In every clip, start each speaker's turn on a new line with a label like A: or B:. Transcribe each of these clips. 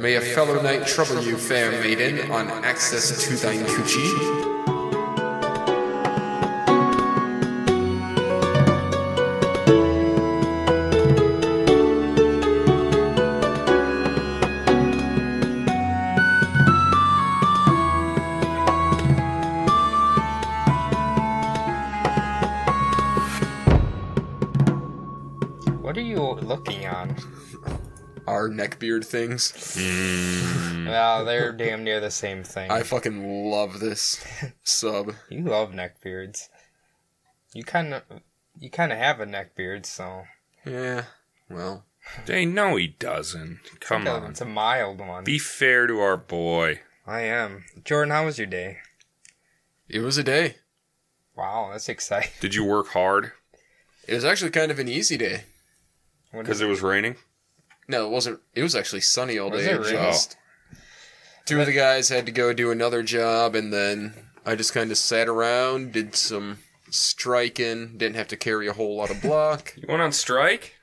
A: May a fellow knight trouble you, fair maiden, on access to thine coochie.
B: What are you looking on?
A: Our neckbeard things.
C: Mm. Hmm.
B: Well, they're damn near the same thing.
A: I fucking love this sub.
B: You love neck beards. You kind of, you kind of have a neck beard, so
A: Yeah. Well,
C: They know he doesn't. Come on.
B: it's a mild one.
C: Be fair to our boy.
B: I am Jordan. How was your day?
A: it was a day.
B: Wow, that's exciting.
C: Did you work hard
A: It was actually kind of an easy day.
B: What
C: because
B: is,
C: it was raining?
A: No, it wasn't. It was actually sunny all
B: Was
A: day.
B: it really?
A: Just two of the guys had to go do another job, and then I just kind of sat around, did some striking, didn't have to carry a whole lot of block.
C: You went on strike?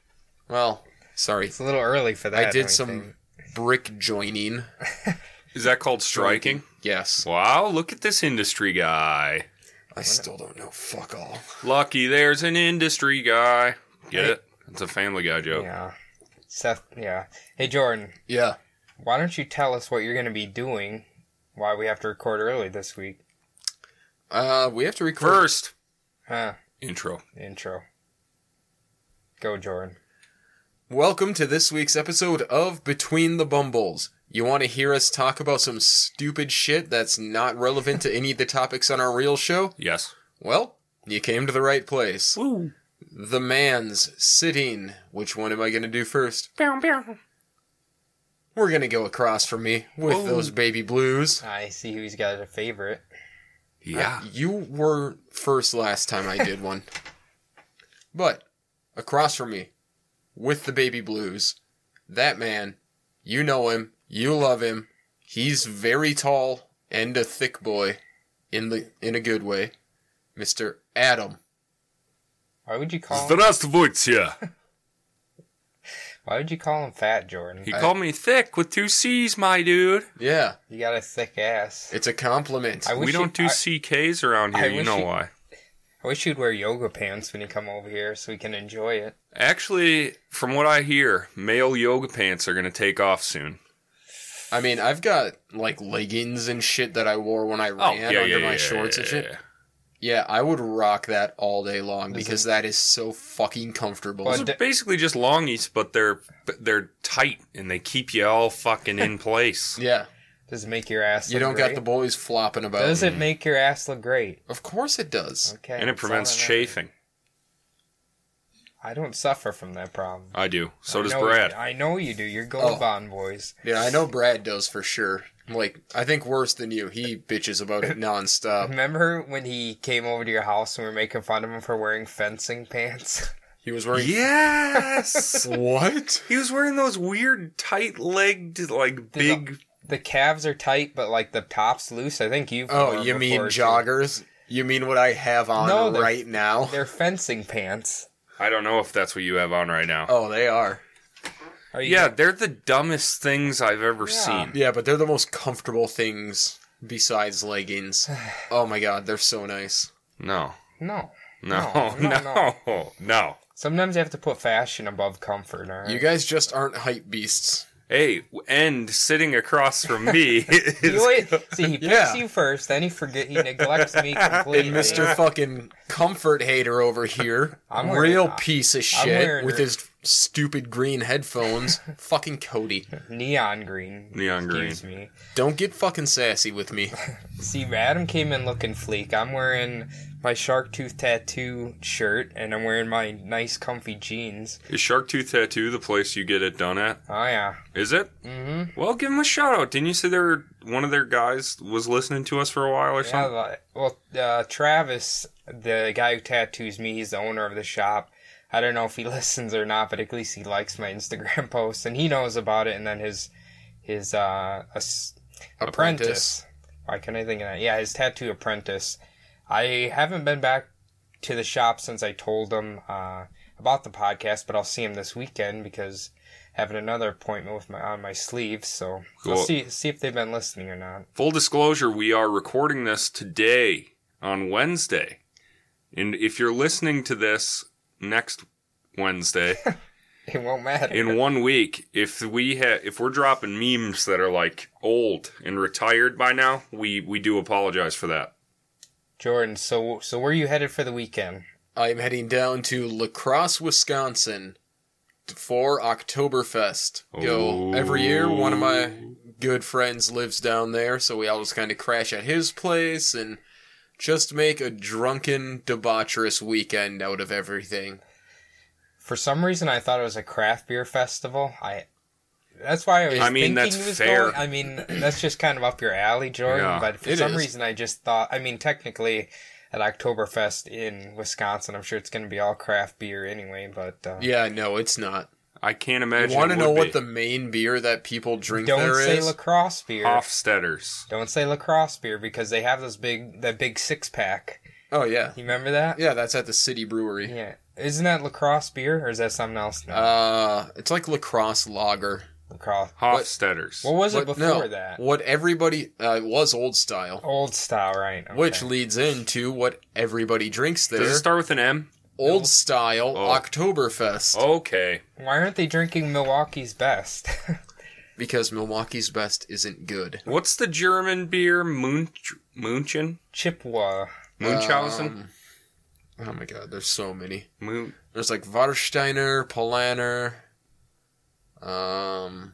A: well, sorry,
B: it's a little early for that.
A: I did
B: don't you think?
A: some brick joining.
C: Is that called striking?
A: Yes,
C: Wow, look at this industry guy.
A: I still don't know. Fuck all.
C: Lucky there's an industry guy. Get it? It's a family guy joke.
B: Yeah, Seth. Yeah. Hey, Jordan.
A: Yeah.
B: Why don't you tell us what you're going to be doing? Why we have to record early this week?
A: Uh, we have to record.
C: First,
B: Huh?
C: intro.
B: Intro. Go, Jordan.
A: Welcome to this week's episode of Between the Bumbles. You want to hear us talk about some stupid shit that's not relevant to any of the topics on our real show?
C: Yes.
A: Well, you came to the right place.
C: Woo.
A: The man's sitting. Which one am I going to do first? We're going to go across from me with
C: Oh.
A: those baby blues.
B: I see who's got a favorite.
C: Yeah.
A: You were first last time I did one. But across from me with the baby blues, that man, you know him, you love him. He's very tall and a thick boy in the in a good way. Mr. Adam.
B: Why would you call? Him,
C: Здравствуйте.
B: why would you call him fat, Jordan? Uh,
C: He called me thick with two C's, my dude.
A: Yeah,
B: You got a thick ass.
A: it's a compliment.
B: I wish
C: We don't do
B: you, I-
C: CKs around here.
B: I
C: You
B: wish
C: know
B: you-
C: why.
B: I, wish you'd wear yoga pants when you come over here, so we can enjoy it.
C: Actually, from what I hear, male yoga pants are going to take off soon.
A: I mean, I've got like leggings and shit that I wore when I ran Oh, under my shorts and shit.
C: Oh, yeah.
A: Yeah, I would rock that all day long because that is so fucking comfortable.
B: But
C: Those are basically just longies, but they're but they're tight and they keep you all fucking in place.
A: yeah,
B: Does it make your ass?
A: you
B: look
A: don't got
B: great?
A: the boys flopping about.
B: Does it make your ass look great?
A: Of course it does.
B: Okay.
C: and it
B: that's all
C: prevents
B: that matters.
C: chafing.
B: I don't suffer from that problem.
C: I do. So
B: I
C: does
B: know
C: Brad.
B: You, I know you do. You're
A: Oh.
B: gold bond boys.
A: Yeah, I know Brad does for sure. Like, I think worse than you. He bitches about it nonstop.
B: Remember when he came over to your house and we were making fun of him for wearing fencing pants?
A: He was wearing.
C: Yes.
A: What?
C: he was wearing those weird tight-legged like big
B: the calves are tight, but like the top's loose. I think you've.
A: Oh,
B: worn
A: you mean
B: before, too.
A: joggers? You mean what I have on
B: No, they're-
A: right now?
B: They're fencing pants.
C: I don't know if that's what you have on right now.
A: Oh, they are.
B: Are you
C: Yeah, they're the dumbest things I've ever
B: Yeah.
C: seen.
A: Yeah, but they're the most comfortable things besides leggings. oh my god, they're so nice.
C: No.
B: No.
C: No.
B: No,
C: No.
B: no,
C: No. no.
B: Sometimes you have to put fashion above comfort. All right?
A: You guys just aren't hype beasts.
C: Hey, and sitting across from me
B: He
C: is
B: always, see, he picks
A: Yeah.
B: you first, then he forget he neglects me completely.
A: And Mr. fucking comfort hater over here,
B: I'm wearing-
A: real piece of
B: I'm
A: shit
B: wearing-
A: with his stupid green headphones. fucking Cody,
B: Neon green.
C: Neon green.
B: Excuse me.
A: don't get fucking sassy with me.
B: See, Adam came in looking fleek. I'm wearing my shark tooth tattoo shirt, and I'm wearing my nice, comfy jeans.
C: Is Shark Tooth Tattoo the place you get it done at?
B: Oh yeah.
C: Is it?
B: Mm-hmm.
C: Well, give them a shout out. Didn't you say there were, one of their guys was listening to us for a while or
B: Yeah,
C: something?
B: the- well, uh, Travis, the guy who tattoos me, he's the owner of the shop. I don't know if he listens or not, but at least he likes my Instagram posts and he knows about it. And then his his uh, as- apprentice. Why can not I think of that? Yeah, his tattoo apprentice. I haven't been back to the shop since I told him uh, about the podcast, but I'll see him this weekend because having another appointment with my on my sleeve. So
C: Cool.
B: we'll see see if they've been listening or not.
C: Full disclosure, we are recording this today on Wednesday. And if you're listening to this next Wednesday,
B: It won't matter.
C: in one week, if we ha- if we're dropping memes that are like old and retired by now, we we do apologize for that.
B: Jordan, so so where are you headed for the weekend?
A: I'm heading down to La Crosse, Wisconsin for Oktoberfest. Go every year. One of my good friends lives down there, so we always kind of crash at his place and just make a drunken, debaucherous weekend out of everything.
B: For some reason, I thought it was a craft beer festival. I that's why I was.
C: I
B: thinking
C: mean, that's
B: he was
C: fair.
B: Going. I mean, that's just kind of up your alley, Jordan.
C: Yeah,
B: but for
A: it
B: some
A: is.
B: reason, I just thought. I mean, technically, at Oktoberfest in Wisconsin, I'm sure it's going to be all craft beer anyway. But uh,
A: Yeah, no, it's not.
C: I can't
A: I
C: imagine.
A: want to
C: it
A: know
C: would
A: what
C: be.
A: the main beer that people drink
B: don't
A: there
B: say
A: is?
B: lacrosse beer.
C: Hofstetters.
B: Don't say lacrosse beer because they have those big that big six pack.
A: oh yeah,
B: You remember that?
A: yeah, that's at the City Brewery.
B: Yeah. Isn't that lacrosse beer or is that something else? No.
A: Uh, it's like Lacrosse Lager.
B: lacrosse.
C: Hofstetters.
B: What was it
A: What-
B: before that?
A: What everybody uh, it was old style.
B: Old style, right? okay.
A: Which leads into what everybody drinks there.
C: Does it start with an M?
A: Old style
C: Oh.
A: Oktoberfest.
C: Okay.
B: Why aren't they drinking Milwaukee's best?
A: Because Milwaukee's best isn't good.
C: What's the German beer? Munch, Munchen?
B: Chippewa.
C: Munchausen?
A: Um, oh my god, there's so many.
C: Moon.
A: There's like Warsteiner, Polaner. Um,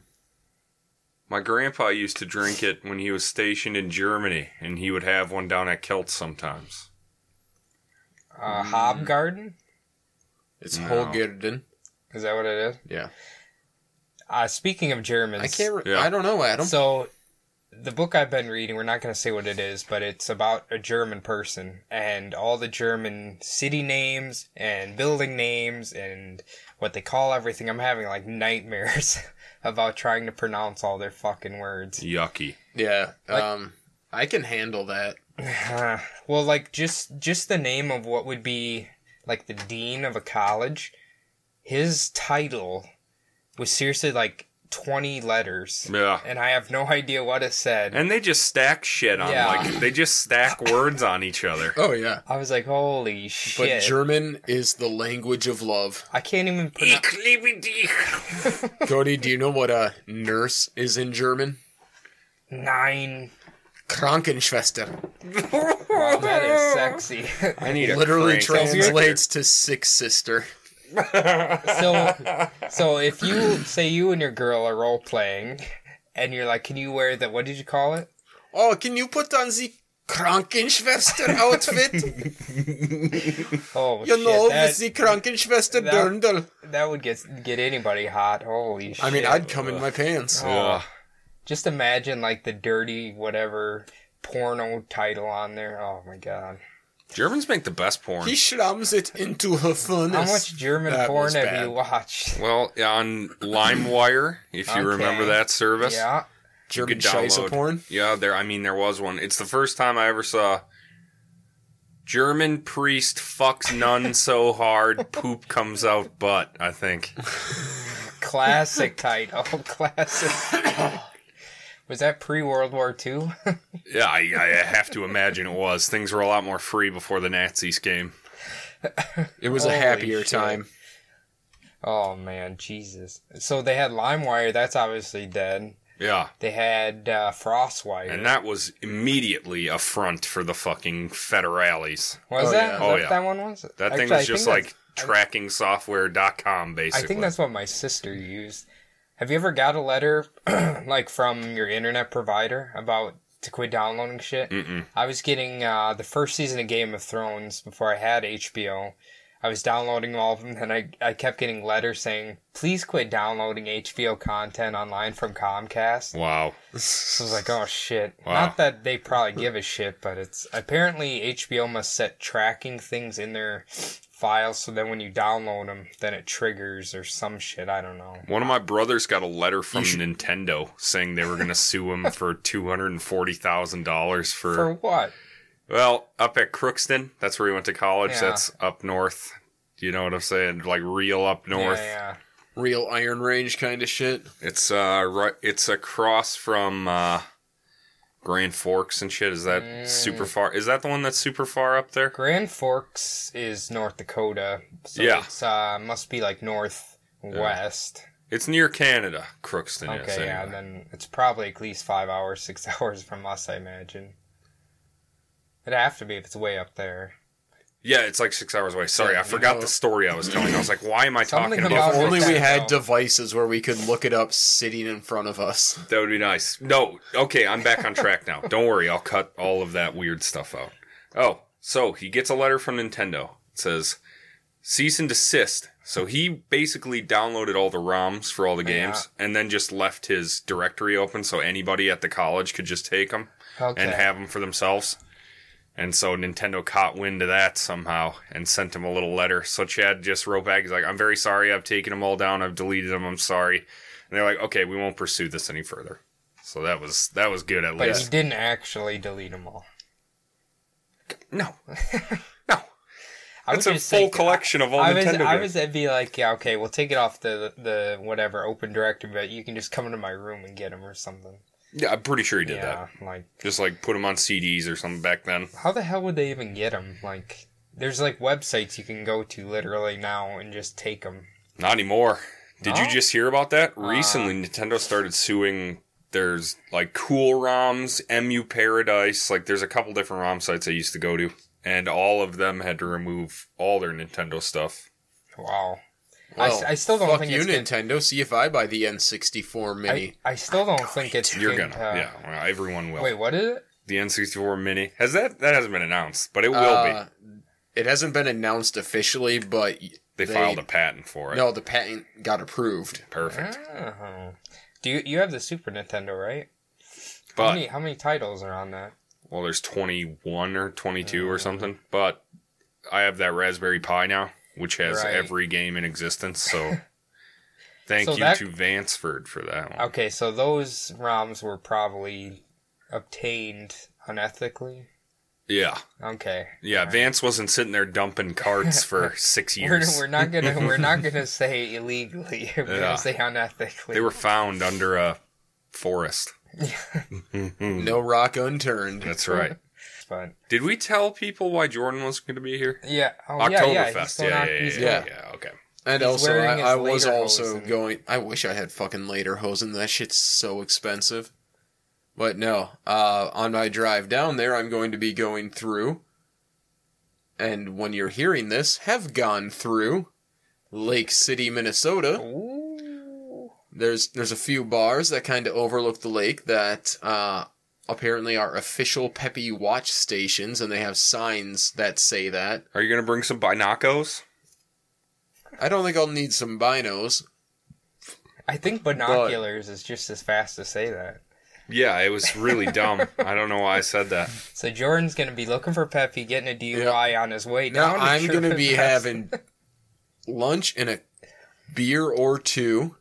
C: My grandpa used to drink it when he was stationed in Germany, and he would have one down at Kelts sometimes.
A: Mm.
B: Uh, Hob Garden?
A: it's
C: No.
A: Holgerden.
B: Is that what it is?
A: Yeah.
B: Uh, speaking of Germans.
A: I can't. Re-
C: Yeah.
A: I don't know, Adam.
B: So, the book I've been reading, we're not going to say what it is, but it's about a German person and all the German city names and building names and what they call everything. I'm having like nightmares about trying to pronounce all their fucking words.
C: Yucky.
A: yeah. Um, I can handle that.
B: Uh, well, like just just the name of what would be like the dean of a college, his title was seriously like twenty letters,
C: Yeah.
B: and I have no idea what it said.
C: And they just stack shit on
B: Yeah.
C: like they just stack words on each other.
A: Oh yeah.
B: I was like, "Holy
A: But
B: shit!"
A: German is the language of love.
B: I can't even pronounce.
C: Ich liebe dich.
A: Cody, do you know what a nurse is in German?
B: Nine.
A: Krankenschwester.
B: Wow, that is sexy.
C: I need a
A: literally
C: crank.
A: translates to six sister.
B: so, so if you say you and your girl are role playing, and you're like, "Can you wear that? What did you call it?"
A: Oh, can you put on the Krankenschwester outfit?
B: Oh,
A: You
B: shit,
A: know,
B: that-
A: with the Krankenschwester
B: that-
A: dirndl.
B: That would get get anybody hot. Holy shit!
A: I mean, I'd come in my pants.
C: Ugh.
B: Just imagine like the dirty whatever porno title on there. Oh my god!
C: Germans make the best porn.
A: He slams it into her furnace.
B: How much German
A: That
B: porn
A: was
B: have
A: bad.
B: you watched?
C: Well, on LimeWire, if you
B: Okay.
C: remember that service.
B: Yeah,
A: German
C: could download.
A: scheisse porn?
C: Yeah, there. I mean, there was one. It's the first time I ever saw German priest fucks nun so hard poop comes out butt. I think
B: classic title. Classic. Was that pre World War II?
C: yeah, I, I have to imagine it was. Things were a lot more free before the Nazis came.
A: It was a
B: Holy
A: happier
B: shit.
A: time.
B: oh man, Jesus! So they had LimeWire. That's obviously dead.
C: Yeah,
B: They had uh, FrostWire.
C: and that was immediately a front for the fucking federales.
B: was
A: Oh,
B: that?
A: yeah.
B: Is
C: Oh,
B: that what
C: yeah.
B: that one was?
C: That
B: Actually,
C: thing
B: I
C: was
B: think
C: just
B: that's-
C: like trackingsoftware.com basically.
B: I think that's what my sister used. Have you ever got a letter like from your internet provider about to quit downloading shit?
C: Mm-mm.
B: I was getting uh, the first season of Game of Thrones before I had HBO. I was downloading all of them, and I, I kept getting letters saying, "Please quit downloading HBO content online from Comcast."
C: wow.
B: So I was like, "Oh shit!"
C: Wow.
B: Not that they probably give a shit, but it's apparently HBO must set tracking things in their files, so then when you download them, then it triggers or some shit. I don't know.
C: One of my brothers got a letter from Nintendo saying they were going to sue him for two hundred and forty thousand dollars
B: For
C: for
B: what?
C: well up at Crookston. That's where he went to college.
B: Yeah.
C: That's up north. You know what I'm saying? Like real up north.
B: Yeah, yeah.
A: real Iron Range kind of shit.
C: It's uh, right. It's across from uh, Grand Forks and shit. Is that
B: Mm.
C: super far? Is that the one that's super far up there?
B: Grand Forks is North Dakota. So
C: Yeah.
B: It's, uh, must be like northwest.
C: It's near Canada. Crookston is.
B: okay, yeah,
C: anyway.
B: and then it's probably at least five hours, six hours from us, I imagine. It'd have to be if it's way up there.
C: Yeah, it's like six hours away. Sorry,
A: Yeah,
C: I forgot
A: no.
C: the story I was telling. I was like, why am I
B: Something
C: talking
B: about
C: about?
A: If only we had
B: though.
A: devices where we could look it up sitting in front of us.
C: That would be nice. No, okay, I'm back on track now. Don't worry, I'll cut all of that weird stuff out. Oh, so he gets a letter from Nintendo. It says cease and desist. So he basically downloaded all the ROMs for all the games and then just left his directory open so anybody at the college could just take them
B: Okay.
C: and have them for themselves. And so Nintendo caught wind of that somehow and sent him a little letter. So Chad just wrote back. He's like, I'm very sorry. I've taken them all down. I've deleted them. I'm sorry. And they're like, okay, we won't pursue this any further. So that was that was good at
B: but he
C: least.
B: didn't actually delete them all.
C: No, no,
B: I
C: it's
B: would
C: a
B: just
C: full
B: think-
C: collection of all
B: I was,
C: Nintendo
B: I
C: games.
B: was, I'd be like, yeah, okay, we'll take it off the the whatever open directory, but you can just come into my room and get them or something.
C: yeah, I'm pretty sure he did
B: yeah,
C: that.
B: like
C: Just like put them on CDs or something back then.
B: how the hell would they even get them? Like, there's like websites you can go to literally now and just take them.
C: Not anymore. Did you
B: No?
C: just hear about that? Recently, Nintendo started suing. There's like Cool ROMs, MU Paradise. Like, there's a couple different ROM sites I used to go to, and all of them had to remove all their Nintendo stuff.
B: Wow. I s- I still don't
A: fuck
B: think
A: you,
B: it's good-
A: Nintendo. See if I buy the N64
B: I,
A: Mini.
B: I still don't think it's
C: You're
B: Game
C: gonna,
B: Pass.
C: yeah. Well, everyone will.
B: Wait, what is it?
C: The N64 Mini has that? That hasn't been announced, but it will
A: Uh,
C: be.
A: It hasn't been announced officially, but
C: They, filed a patent for it.
A: No, the patent got approved.
C: Perfect.
B: Oh. Do you you have the Super Nintendo, right? how
C: But
B: many how many titles are on that?
C: well, there's 21 or 22
B: Uh.
C: or something. But I have that Raspberry Pi now, which has
B: Right.
C: every game in existence. So thank
B: So
C: you
B: that-
C: to Vansford for that one.
B: Okay, so those ROMs were probably obtained unethically.
C: Yeah,
B: Okay.
C: yeah.
B: Alright.
C: Vance wasn't sitting there dumping carts for six
B: We're,
C: years.
B: we're not gonna we're not gonna say illegally. We're
C: Yeah.
B: gonna say unethically.
C: They were found under a forest. Mhm.
A: No rock unturned.
C: That's right.
B: but
C: Did we tell people why Jordan was going to be here?
B: yeah, oh, yeah, yeah, he's
C: Oktoberfest.
B: still
C: Yeah,
B: not-
C: yeah, yeah,
B: he's
C: yeah,
B: not-
C: yeah, yeah. Okay.
A: And
B: He's
A: also,
B: wearing
A: I,
B: his
A: I was
B: lederhosen.
A: also going. I wish I had fucking lederhosen. That shit's so expensive. But no, uh, on my drive down there, I'm going to be going through. And when you're hearing this, have gone through Lake City, Minnesota.
B: Ooh.
A: There's there's a few bars that kind of overlook the lake that uh, apparently are official Peppy watch stations, and they have signs that say that.
C: Are you going to bring some binocos?
A: I don't think I'll need some binos.
B: I think binoculars is just as fast to say that.
C: Yeah, it was really dumb. I don't know why I said that.
B: So Jordan's gonna be looking for Peppy, getting a DUI on his way
A: Now
B: down. to
A: I'm gonna
B: Sherman
A: be
B: Pass.
A: having lunch and a beer or two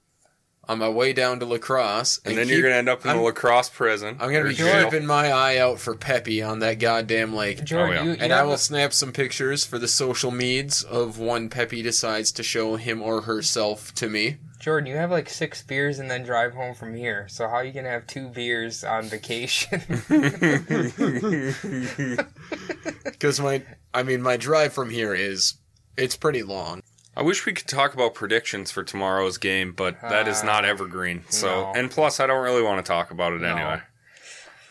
A: on my way down to lacrosse,
C: And, then you're
A: keep-
C: going to end up in
A: I'm-
C: the lacrosse prison.
A: I'm gonna
C: or
A: be
C: jail.
A: keeping my eye out for Peppy on that goddamn lake.
B: Jordan,
C: Oh, yeah.
B: you, you
A: And I
B: have
A: will
B: a-
A: snap some pictures for the social meds of when Peppy decides to show him or herself to me.
B: Jordan, you have like six beers and then drive home from here. So how are you gonna have two beers on vacation?
A: Because my, I mean, my drive from here is, it's pretty long.
C: I wish we could talk about predictions for tomorrow's game, but that is
B: Uh,
C: not evergreen. So,
B: no.
C: and plus, I don't really want to talk about it
B: No.
C: anyway.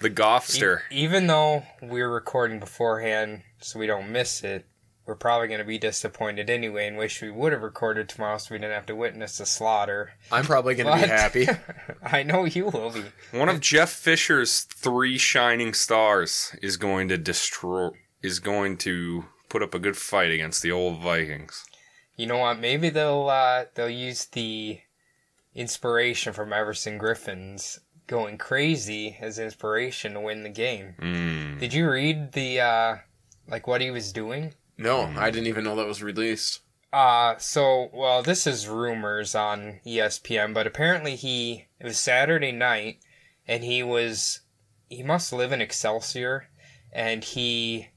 C: The
B: E-
C: Goffster.
B: even though we're recording beforehand, so we don't miss it, we're probably gonna be disappointed anyway, and wish we would have recorded tomorrow so we didn't have to witness the slaughter.
A: I'm probably gonna be
B: But-
A: happy.
B: I know you will be.
C: One of Jeff Fisher's three shining stars is going to destroy. Is going to put up a good fight against the old Vikings.
B: You know what? Maybe they'll uh, they'll use the inspiration from Everson Griffin's going crazy as inspiration to win the game.
C: Mm.
A: Hmm.
B: Did you read the uh, like what he was doing?
A: No, I didn't even know that was released.
B: Uh so well, this is rumors on E ESPN, but apparently he it was Saturday night and he was he must live in Excelsior and he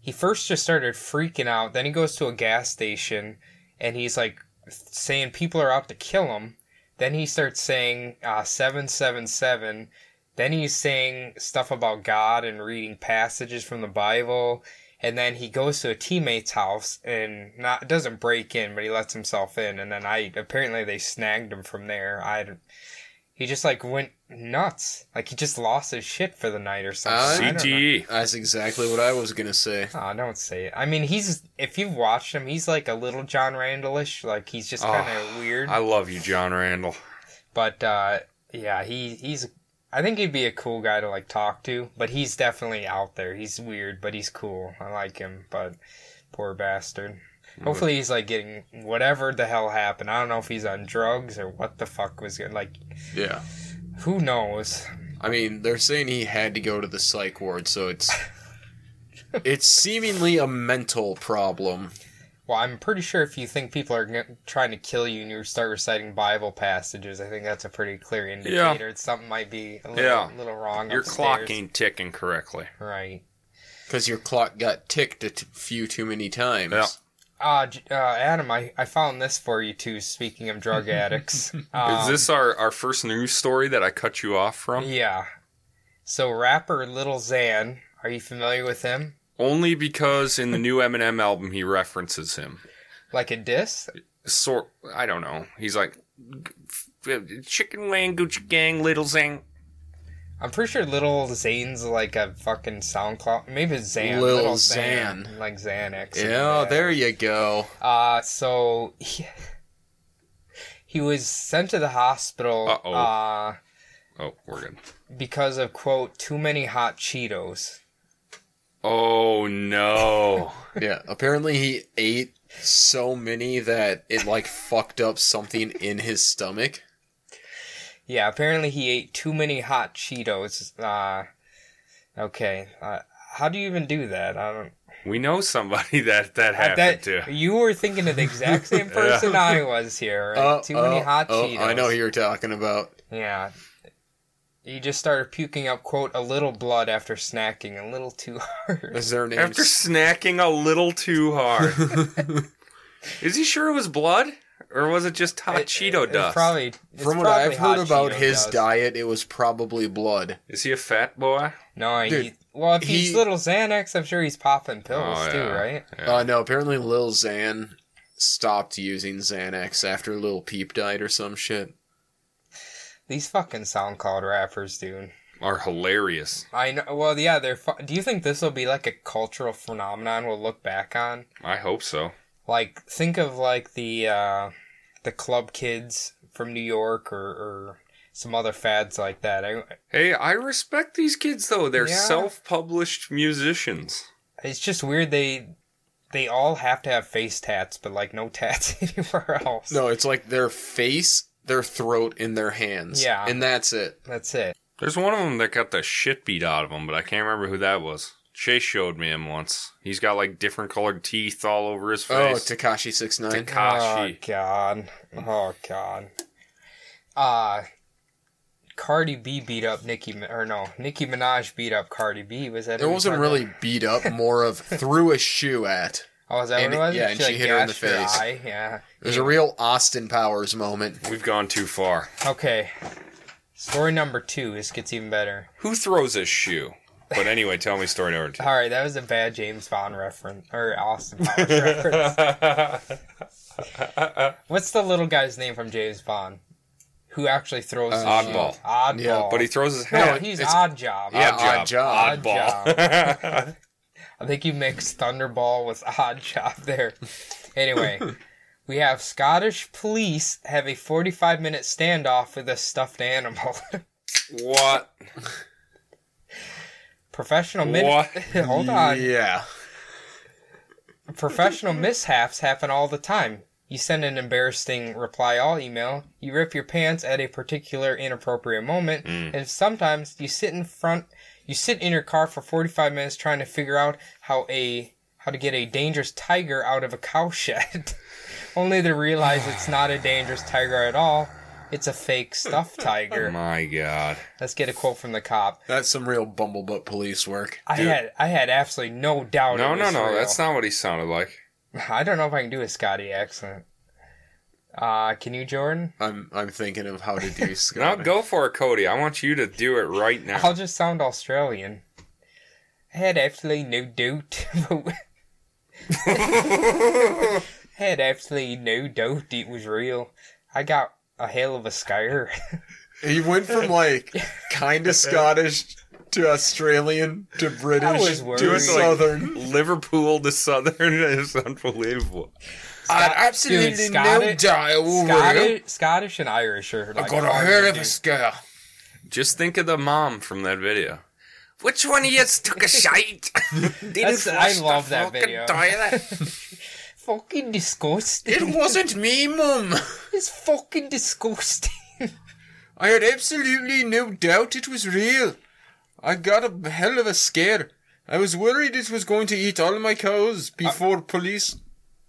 B: he first just started freaking out, then he goes to a gas station and he's like saying people are out to kill him. Then he starts saying uh, 777. Then he's saying stuff about God and reading passages from the Bible. And then he goes to a teammate's house and not doesn't break in, but he lets himself in. And then I apparently they snagged him from there. I he just like went nuts, like he just lost his shit for the night or
A: Uh,
B: something. I don't know.
C: CTE.
A: That's exactly what I was gonna say.
B: Oh, don't say it. I mean, he's if you've watched him, he's like a little John Randallish. Like he's just
C: Oh,
B: kind of weird.
C: I love you, John Randall.
B: But uh, yeah, he he's. I think he'd be a cool guy to like talk to. But he's definitely out there. He's weird, but he's cool. I like him. But poor bastard. Hopefully he's like getting whatever the hell happened. I don't know if he's on drugs or what the fuck was going like.
A: Yeah.
B: Who knows?
A: I mean, they're saying he had to go to the psych ward, so it's it's seemingly a mental problem.
B: Well, I'm pretty sure if you think people are g- trying to kill you and you start reciting Bible passages, I think that's a pretty clear indicator that something might be a little,
C: Yeah.
B: little wrong.
C: Your
B: upstairs.
C: clock ain't ticking correctly.
B: Right.
A: Because your clock got ticked a t- few too many times.
C: Yeah.
B: Uh, J- uh, Adam, I, I found this for you too, speaking of drug addicts.
C: Is
B: Um,
C: this our, our first news story that I cut you off from?
B: Yeah. So, rapper Little Xan, are you familiar with him?
C: Only because in the new Eminem album he references him.
B: Like a diss?
C: Sort I don't know. He's like chicken wang Gucci gang little zing.
B: I'm pretty sure Little Zane's like a fucking SoundCloud. Maybe it's Xan.
A: Lil
B: Xan,
A: Xan.
B: Like Xanax.
A: Yeah,
B: there.
A: there you go.
B: Uh, so he, he was sent to the hospital
C: Uh-oh.
B: uh,
C: Oh, we're good.
B: because of, quote, too many hot Cheetos.
C: Oh no.
A: Yeah, apparently he ate so many that it like fucked up something in his stomach.
B: Yeah, apparently he ate too many hot Cheetos. Uh, okay. Uh, how do you even do that? I don't.
C: we know somebody that that happened
B: that
C: to.
B: you were thinking of the exact same person I was here. Right?
A: Oh,
B: too many
A: oh,
B: hot
A: oh,
B: Cheetos.
A: I know who you're talking about.
B: Yeah. He just started puking up, quote, a little blood after snacking a little too hard.
A: Is their name?
C: After snacking a little too hard. Is he sure it was blood? Or was it just hot Cheeto
B: It's
C: dust?
B: Probably it's
A: From what
B: probably
A: I've
B: hot
A: heard about
B: Cheeto
A: his
B: dust.
A: diet, it was probably blood.
C: Is he a fat boy?
B: No, he-
A: Dude,
B: well, if he's
A: he-
B: little Xanax, I'm sure he's popping pills
C: Oh,
B: too,
C: yeah.
B: right?
C: Yeah.
A: Uh, no, apparently Lil Xan stopped using Xanax after Lil Peep died or some shit.
B: These fucking SoundCloud rappers, dude.
C: Are hilarious.
B: I know. Well, yeah, they're. Fu- Do you think this will be like a cultural phenomenon we'll look back on?
C: I hope so.
B: Like, think of like the uh, the club kids from New York or, or some other fads like that. I,
C: Hey, I respect these kids though. They're
B: Yeah.
C: self-published musicians.
B: it's just weird they they all have to have face tats, but like no tats anywhere else.
A: No, it's like their face, their throat, and their hands.
B: Yeah.
A: And that's it.
B: That's it.
C: There's one of them that got the shit beat out of him, but I can't remember who that was. Chase showed me him once. He's got like different colored teeth all over his
A: Oh,
C: face.
A: Takashi 69
C: Takashi.
B: Oh god. Oh god. Uh Cardi B beat up Nicki Mi- or no, Nicki Minaj beat up Cardi B. Was that
A: It
B: who
A: wasn't
B: you're
A: really
B: talking
A: beat up, more of threw a shoe at.
B: about? Oh, is that
A: and
B: what
A: it-
B: it was?
A: yeah, and she hit her in the
B: gashed
A: face.
B: eye? Yeah.
A: It was a real Austin Powers moment.
C: We've gone too far.
B: Okay. Story number two. This gets even better.
C: Who throws a shoe? But anyway, tell me story number two.
B: All right, that was a bad James Bond reference or Austin Powers reference. What's the little guy's name from James Bond? Who actually throws the
C: Oddball.
B: shoe? Oddball.
A: Uh, Yeah,
C: But he throws his
B: no,
C: hat.
B: he's
A: it's-
B: odd job.
A: Yeah,
C: Odd
A: odd
C: job.
A: job.
C: Oddball.
B: I think you mixed Thunderball with Odd Job there. Anyway, we have Scottish police have a 45 minute standoff with a stuffed animal.
C: what?
B: Professional
C: What?
B: hold on.
A: Yeah.
B: Professional mishaps happen all the time. You send an embarrassing reply all email, you rip your pants at a particular inappropriate moment,
C: Mm.
B: and sometimes you sit in front you sit in your car for 45 minutes trying to figure out how a how to get a dangerous tiger out of a cow shed. Only to realize it's not a dangerous tiger at all. It's a fake stuffed tiger.
C: My God.
B: Let's get a quote from the cop.
A: That's some real bumblebutt police work.
B: I had I had absolutely no doubt.
C: No,
B: it
C: no,
B: was
C: no.
B: real.
C: That's not what he sounded like.
B: I don't know if I can do a Scotty accent. Uh, can you, Jordan?
A: I'm I'm thinking of how to do
C: Now
A: Scott.
C: go for it, Cody. I want you to do it right now.
B: I'll just sound Australian. Had absolutely no doubt. about- Had absolutely no doubt it was real. I got a hell of a scare.
A: He went from like kind of Scottish to Australian to British
B: was
A: to
B: worried.
A: Southern.
C: Liverpool to Southern is unbelievable.
A: I
B: absolutely Dude, Scottish- no
A: Oh,
B: Scottish, Scottish and Irish are like. hard to do.
A: scare.
C: Just think of the mom from that video. Which one of you took a shite? Didn't
B: That's- I
C: flush the
B: love that
C: fucking
B: video.
C: toilet?
B: Fucking disgusting.
A: It wasn't me, Mum.
B: It's fucking disgusting.
A: I had absolutely no doubt it was real. I got a hell of a scare. I was worried it was going to eat all my
C: Uh,
A: cows before police.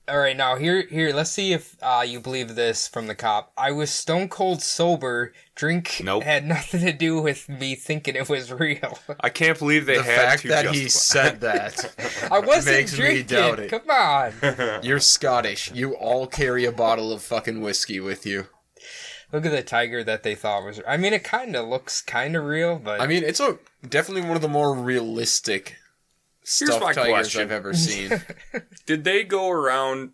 B: All right, now here, here. Let's see if uh, you believe this from the cop. I was stone cold sober. Drink
C: Nope.
B: had nothing to do with me thinking it was real.
C: I can't believe they
A: The
C: had
A: fact
C: to
A: that
C: justify.
A: he said that.
B: I wasn't
A: Makes me
B: drinking.
A: doubt it.
B: Come on.
A: You're Scottish. You all carry a bottle of fucking whiskey with you.
B: Look at the tiger that they thought was. I mean, it kind of looks kind of real, but
A: I mean, it's a definitely one of the more realistic stuffed
C: my
A: tigers
C: question.
A: I've ever seen.
C: Did they go around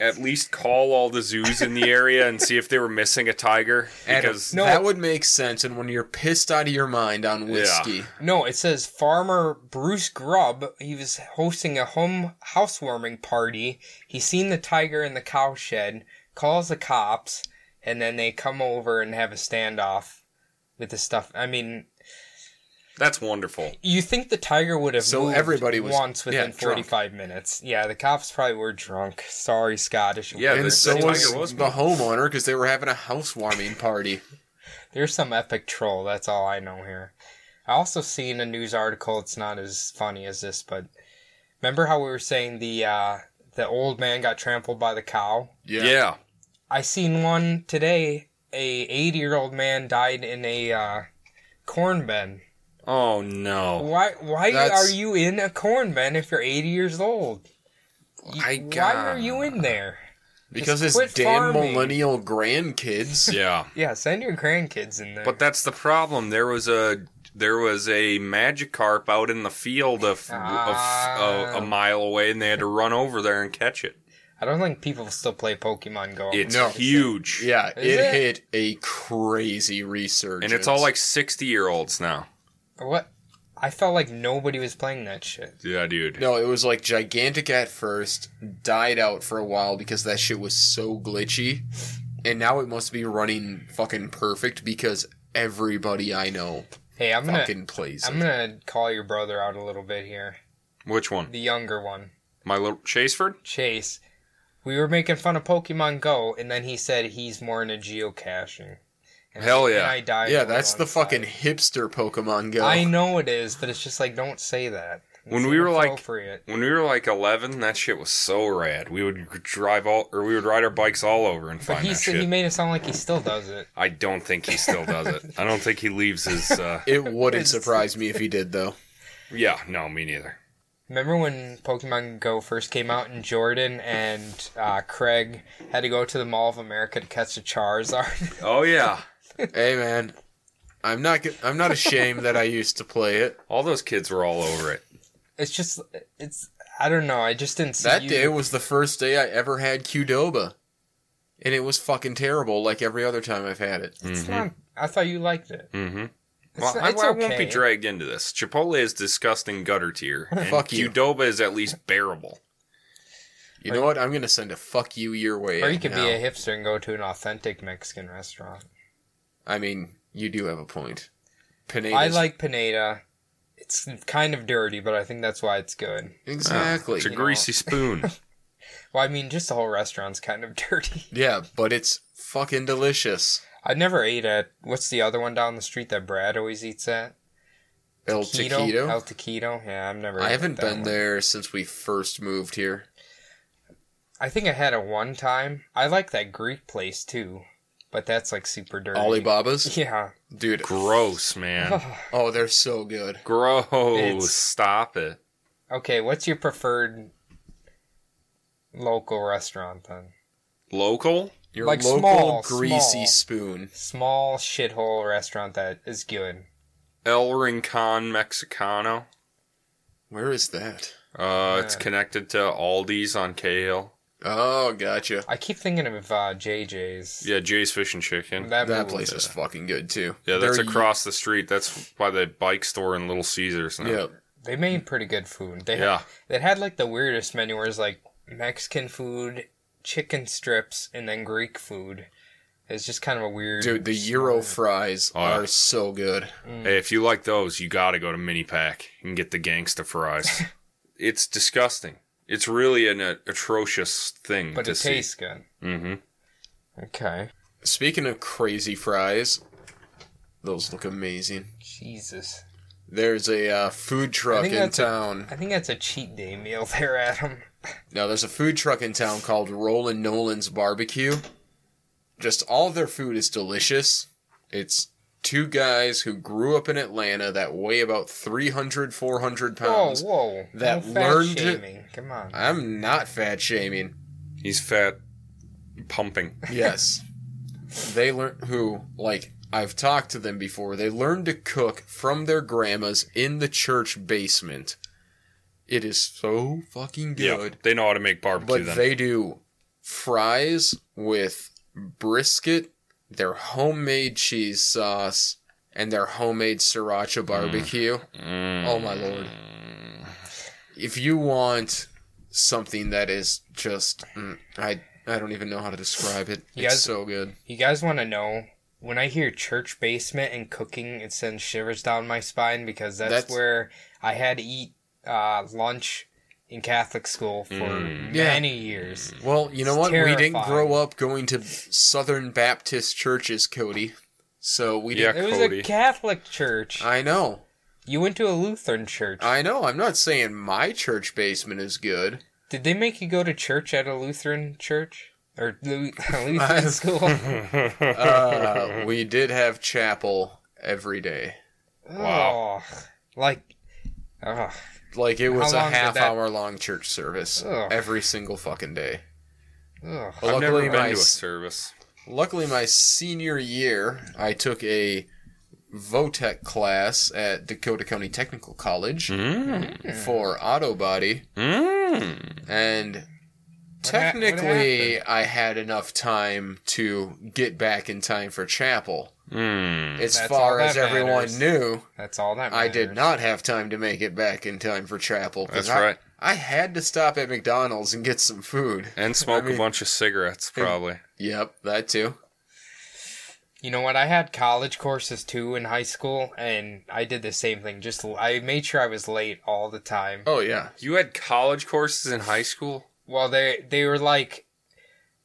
C: at least call all the zoos in the area and see if they were missing a tiger? Because
A: no, that would make sense. And when you're pissed out of your mind on whiskey,
B: no. It says farmer Bruce Grubb. He was hosting a home housewarming party. He seen the tiger in the cow shed. Calls the cops, and then they come over and have a standoff with the stuff. I mean,
C: that's wonderful.
B: You think the tiger would have
A: So
B: moved
A: everybody was-
B: once
A: yeah,
B: within
A: drunk.
B: 45 minutes. Yeah, the cops probably were drunk. Sorry, Scottish.
C: Yeah,
A: and
C: the,
A: so
C: the
A: was,
C: tiger was
A: the homeowner because they were having a housewarming party.
B: There's some epic troll. That's all I know here. I also seen a news article. It's not as funny as this, but remember how we were saying the uh, the old man got trampled by the cow?
C: Yeah.
B: I seen one today. A 80 year old man died in a uh, corn bin.
C: Oh no.
B: Why? Why
A: That's-
B: are you in a corn bin if you're 80 years old? Y-
C: I
B: why
C: got-
B: are you in there?
A: Because his
B: Just quit
A: damn
B: farming.
A: millennial grandkids.
C: Yeah.
B: Yeah, send your grandkids in there.
C: But that's the problem. There was a there was a Magikarp out in the field a, f- a f- a- a
B: Ah.
C: mile away, and they had to run over there and catch it.
B: I don't think people still play Pokemon Go.
C: It's
A: No.
C: huge,
A: Yeah, it,
B: Is it?
A: hit a crazy resurgence.
C: and it's all like sixty year olds now.
B: What? I felt like nobody was playing that shit.
C: Yeah, dude.
A: No, it was like gigantic at first, died out for a while because that shit was so glitchy. And now it must be running fucking perfect because everybody I know
B: Hey, I'm gonna
A: fucking plays
B: I'm
A: it.
B: gonna call your brother out a little bit here.
C: Which one?
B: The younger one,
C: My little Chaseford?
B: Chase. We were making fun of Pokemon Go, and then he said he's more into geocaching. And
C: Hell
B: and
C: yeah.
B: I died
A: Yeah,
B: right
A: that's the
B: alongside.
A: fucking hipster Pokemon Go.
B: I know it is, but it's just like don't say that. It's
C: When we were, like-
B: inappropriate.
C: When we were like eleven, that shit was so rad. We would g- drive all, or we would ride our bikes all over and
B: but
C: find
B: he
C: that
B: said
C: shit.
B: he made it sound like he still does it.
C: I don't think he still does it. I don't think he leaves his. uh
A: It wouldn't surprise me if he did though.
C: Yeah, no, me neither.
B: Remember when Pokemon Go first came out and Jordan and uh, Craig had to go to the Mall of America to catch a Charizard?
C: Oh yeah,
A: hey man, I'm not g- I'm not ashamed that I used to play it.
C: all those kids were all over it.
B: it's just, it's, I don't know. I just didn't see
A: That
B: you-
A: day was the first day I ever had Qdoba. And it was fucking terrible like every other time I've had it.
B: It's
C: Mhm.
B: not, I thought you liked it.
C: Mm-hmm.
B: It's,
C: Well, I,
B: it's
C: I won't be
B: okay.
C: dragged into this. Chipotle is disgusting gutter tier. And
A: Fuck you.
C: Qdoba is at least bearable.
A: You know what? I'm gonna send a fuck you your way.
B: Or you could
A: now.
B: be a hipster and go to an authentic Mexican restaurant.
A: I mean, you do have a point. Pineda's
B: I like Pineda. It's kind of dirty, but I think that's why it's good.
A: exactly.
C: It's a
B: you know.
C: greasy spoon.
B: Well, I mean, just the whole restaurant's kind of dirty.
A: yeah, but it's fucking delicious.
B: I never ate at, what's the other one down the street that Brad always eats at?
A: El Taquito.
B: El Taquito. Yeah, I've never.
A: I
B: had
A: haven't
B: that
A: been
B: one.
A: there since we first moved here.
B: I think I had it one time. I like that Greek place too, but that's like super dirty.
A: Alibaba's,
B: Yeah.
A: dude.
C: Gross, man.
A: Oh, they're so good.
C: Gross.
B: It's-
C: Stop it.
B: Okay, what's your preferred local restaurant then?
C: Local?
A: Your
B: Like
A: local
B: small,
A: greasy
B: small.
A: spoon.
B: Small shithole restaurant that is good.
C: El Rincon Mexicano.
A: Where is that?
C: Uh, it's
B: Yeah.
C: connected to Aldi's on Cahill.
A: Oh, gotcha.
B: I keep thinking of uh, JJ's.
C: Yeah, Jay's Fish and Chicken.
B: that,
A: That
B: move-
A: place is fucking good too.
C: yeah, that's
A: They're-
C: across the street. That's by the bike store in Little Caesars. Now.
A: Yeah,
B: They made pretty good food. They
C: Yeah.
B: They had like the weirdest menu where it's like Mexican food, chicken strips, and then Greek food. It's just kind of a weird.
A: dude, the Euro fries
C: Oh, yeah.
A: are so good.
C: Mm-hmm. Hey, if you like those, you got to go to Mini Pack and get the gangsta fries. it's disgusting. It's really an uh, atrocious thing
B: but
C: to
B: it
C: see.
B: tastes good.
C: mm-hmm.
B: Okay.
A: Speaking of crazy fries, those look amazing.
B: Jesus.
A: There's a uh, food
B: I
A: truck
B: think
A: in
B: that's a-
A: town.
B: I think that's a cheat day meal there, Adam.
A: No, there's a food truck in town called Rollin' Nolan's Barbecue. Just all of their food is delicious. It's two guys who grew up in Atlanta that weigh about 300, 400
B: Whoa,
A: pounds.
B: whoa.
A: Um, that
B: no fat
A: learned-
B: shaming. Come on.
A: I'm not fat shaming.
C: He's fat, pumping.
A: Yes. they learn who like I've talked to them before. They learn to cook from their grandmas in the church basement. It is so fucking
C: Yeah,
A: good.
C: they know how to make barbecue.
A: But
C: Then
A: they do fries with brisket, their homemade cheese sauce, and their homemade sriracha
B: Mm.
A: barbecue.
C: Mm.
A: Oh my lord. If you want something that is just mm, I I don't even know how to describe it.
B: You
A: it's
B: guys-
A: so good.
B: You guys want to know? When I hear church basement and cooking, it sends shivers down my spine because that's,
A: That's-
B: where I had to eat uh, lunch in Catholic school for
A: Mm. Yeah.
B: many years.
A: Well, you know
B: It's
A: what? We didn't
B: terrifying.
A: grow up going to Southern Baptist churches, Cody. So we
C: Yeah.
A: didn't
B: It was
C: Cody.
B: a Catholic church.
A: Mm. I know.
B: You went to a Lutheran church.
A: I know. I'm not saying my church basement is good.
B: Did they make you go to church at a Lutheran church or Lu-
A: I-
B: Lutheran school?
A: Uh, we did have chapel every day.
C: Wow.
B: Ugh. like, ugh.
A: Like it was
B: How
A: a
B: long did
A: half
B: that-
A: hour long church service
B: Ugh.
A: every single fucking day.
B: ugh.
A: Well,
C: I've never
A: luckily
C: been
A: my
C: to a
A: s-
C: service.
A: Luckily, my senior year, I took a Votech class at Dakota County Technical College
B: Hmm.
A: Mm-hmm.
C: Mm.
A: for auto body,
C: Mm.
A: and
B: hap- what
A: technically, I had enough time to get back in time for chapel. As
C: Mm.
B: Hmm. That's all
A: far
B: that
A: as everyone
B: matters.
A: knew,
B: That's all that
A: I
B: matters.
A: did not have time to make it back in time for chapel. 'cause
C: That's
A: I-
C: right.
A: I had to stop at McDonald's and get some food.
C: And smoke
A: mean-
C: a bunch of cigarettes, probably.
A: Yep, that too.
B: You know what? I had college courses too in high school, and I did the same thing. Just l- I made sure I was late all the time.
A: Oh yeah.
C: You had college courses in high school?
B: Well, they they were like,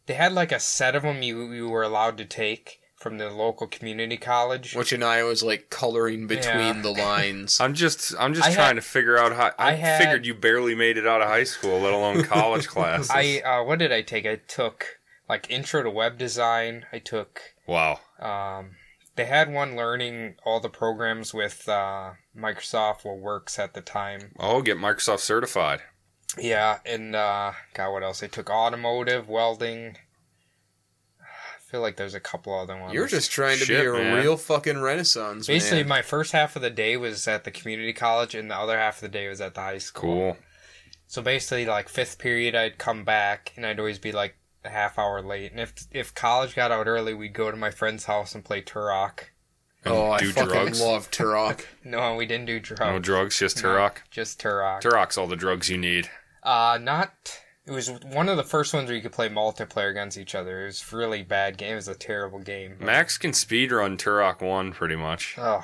B: they had like a set of them you you were allowed to take from the local community college.
A: Which in Iowa is like coloring between
B: Yeah.
A: the lines.
C: I'm just I'm just
B: I
C: trying
B: had-
C: to figure out how I,
B: I had-
C: figured you barely made it out of high school, let alone college classes.
B: I uh, what did I take? I took like intro to web design. I took
C: wow.
B: um, they had one learning all the programs with uh, Microsoft or Works at the time.
C: Oh, get Microsoft certified.
B: Yeah, and uh, God, what else? They took automotive welding. I feel like there's a couple other ones.
A: You're just trying to
C: Shit,
A: be a
C: man.
A: real fucking renaissance
B: basically
A: man.
B: my first half of the day was at the community college, and the other half of the day was at the high school.
C: Cool.
B: So basically, like fifth period, I'd come back and I'd always be like a half hour late. And if if college got out early, we'd go to my friend's house and play Turok.
C: And
A: oh, I
C: do
A: fucking
C: drugs.
A: love Turok.
B: No, we didn't do
C: No
B: drugs.
C: drugs, just Turok.
B: Just Turok.
C: Turok's all the drugs you need.
B: Uh, not. It was one of the first ones where you could play multiplayer against each other. It was a really bad game. It was a terrible game. but-
C: Max can speedrun Turok 1 pretty much.
B: Ugh.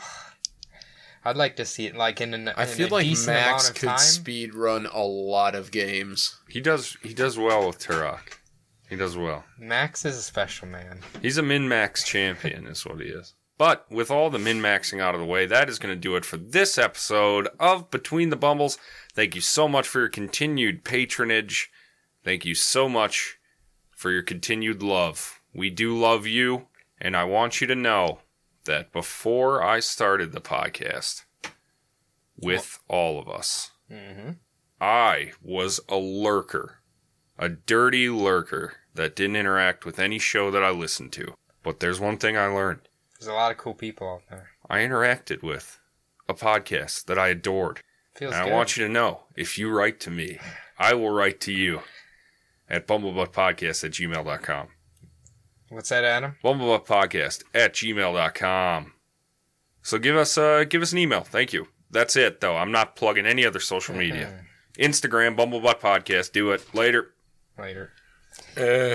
B: I'd like to see it like in an.
A: I
B: in
A: feel
B: a
A: like
B: decent
A: Max
B: amount of
A: could
B: time.
A: speed run a lot of games.
C: He does he does well with Turok. He does well.
B: Max is a special man.
C: He's a min max champion, is what he is. But with all the min maxing out of the way, that is going to do it for this episode of Between the Bumbles. Thank you so much for your continued patronage. Thank you so much for your continued love. We do love you, and I want you to know that before I started the podcast with all of us,
B: Mm-hmm.
C: I was a lurker, a dirty lurker that didn't interact with any show that I listened to. But there's one thing I learned
B: There's a lot of cool people out there.
C: I interacted with a podcast that I adored.
B: Feels
C: and
B: good.
C: I want you to know if you write to me, I will write to you at bumblebuttpodcast at gmail.com.
B: What's that, Adam?
C: bumblebuttpodcast at gmail.com. So give us uh, give us an email. Thank you. That's it though. I'm not plugging any other social media. Instagram, Bumblebutt Podcast. Do it later.
B: Hmm. Later.
A: Uh,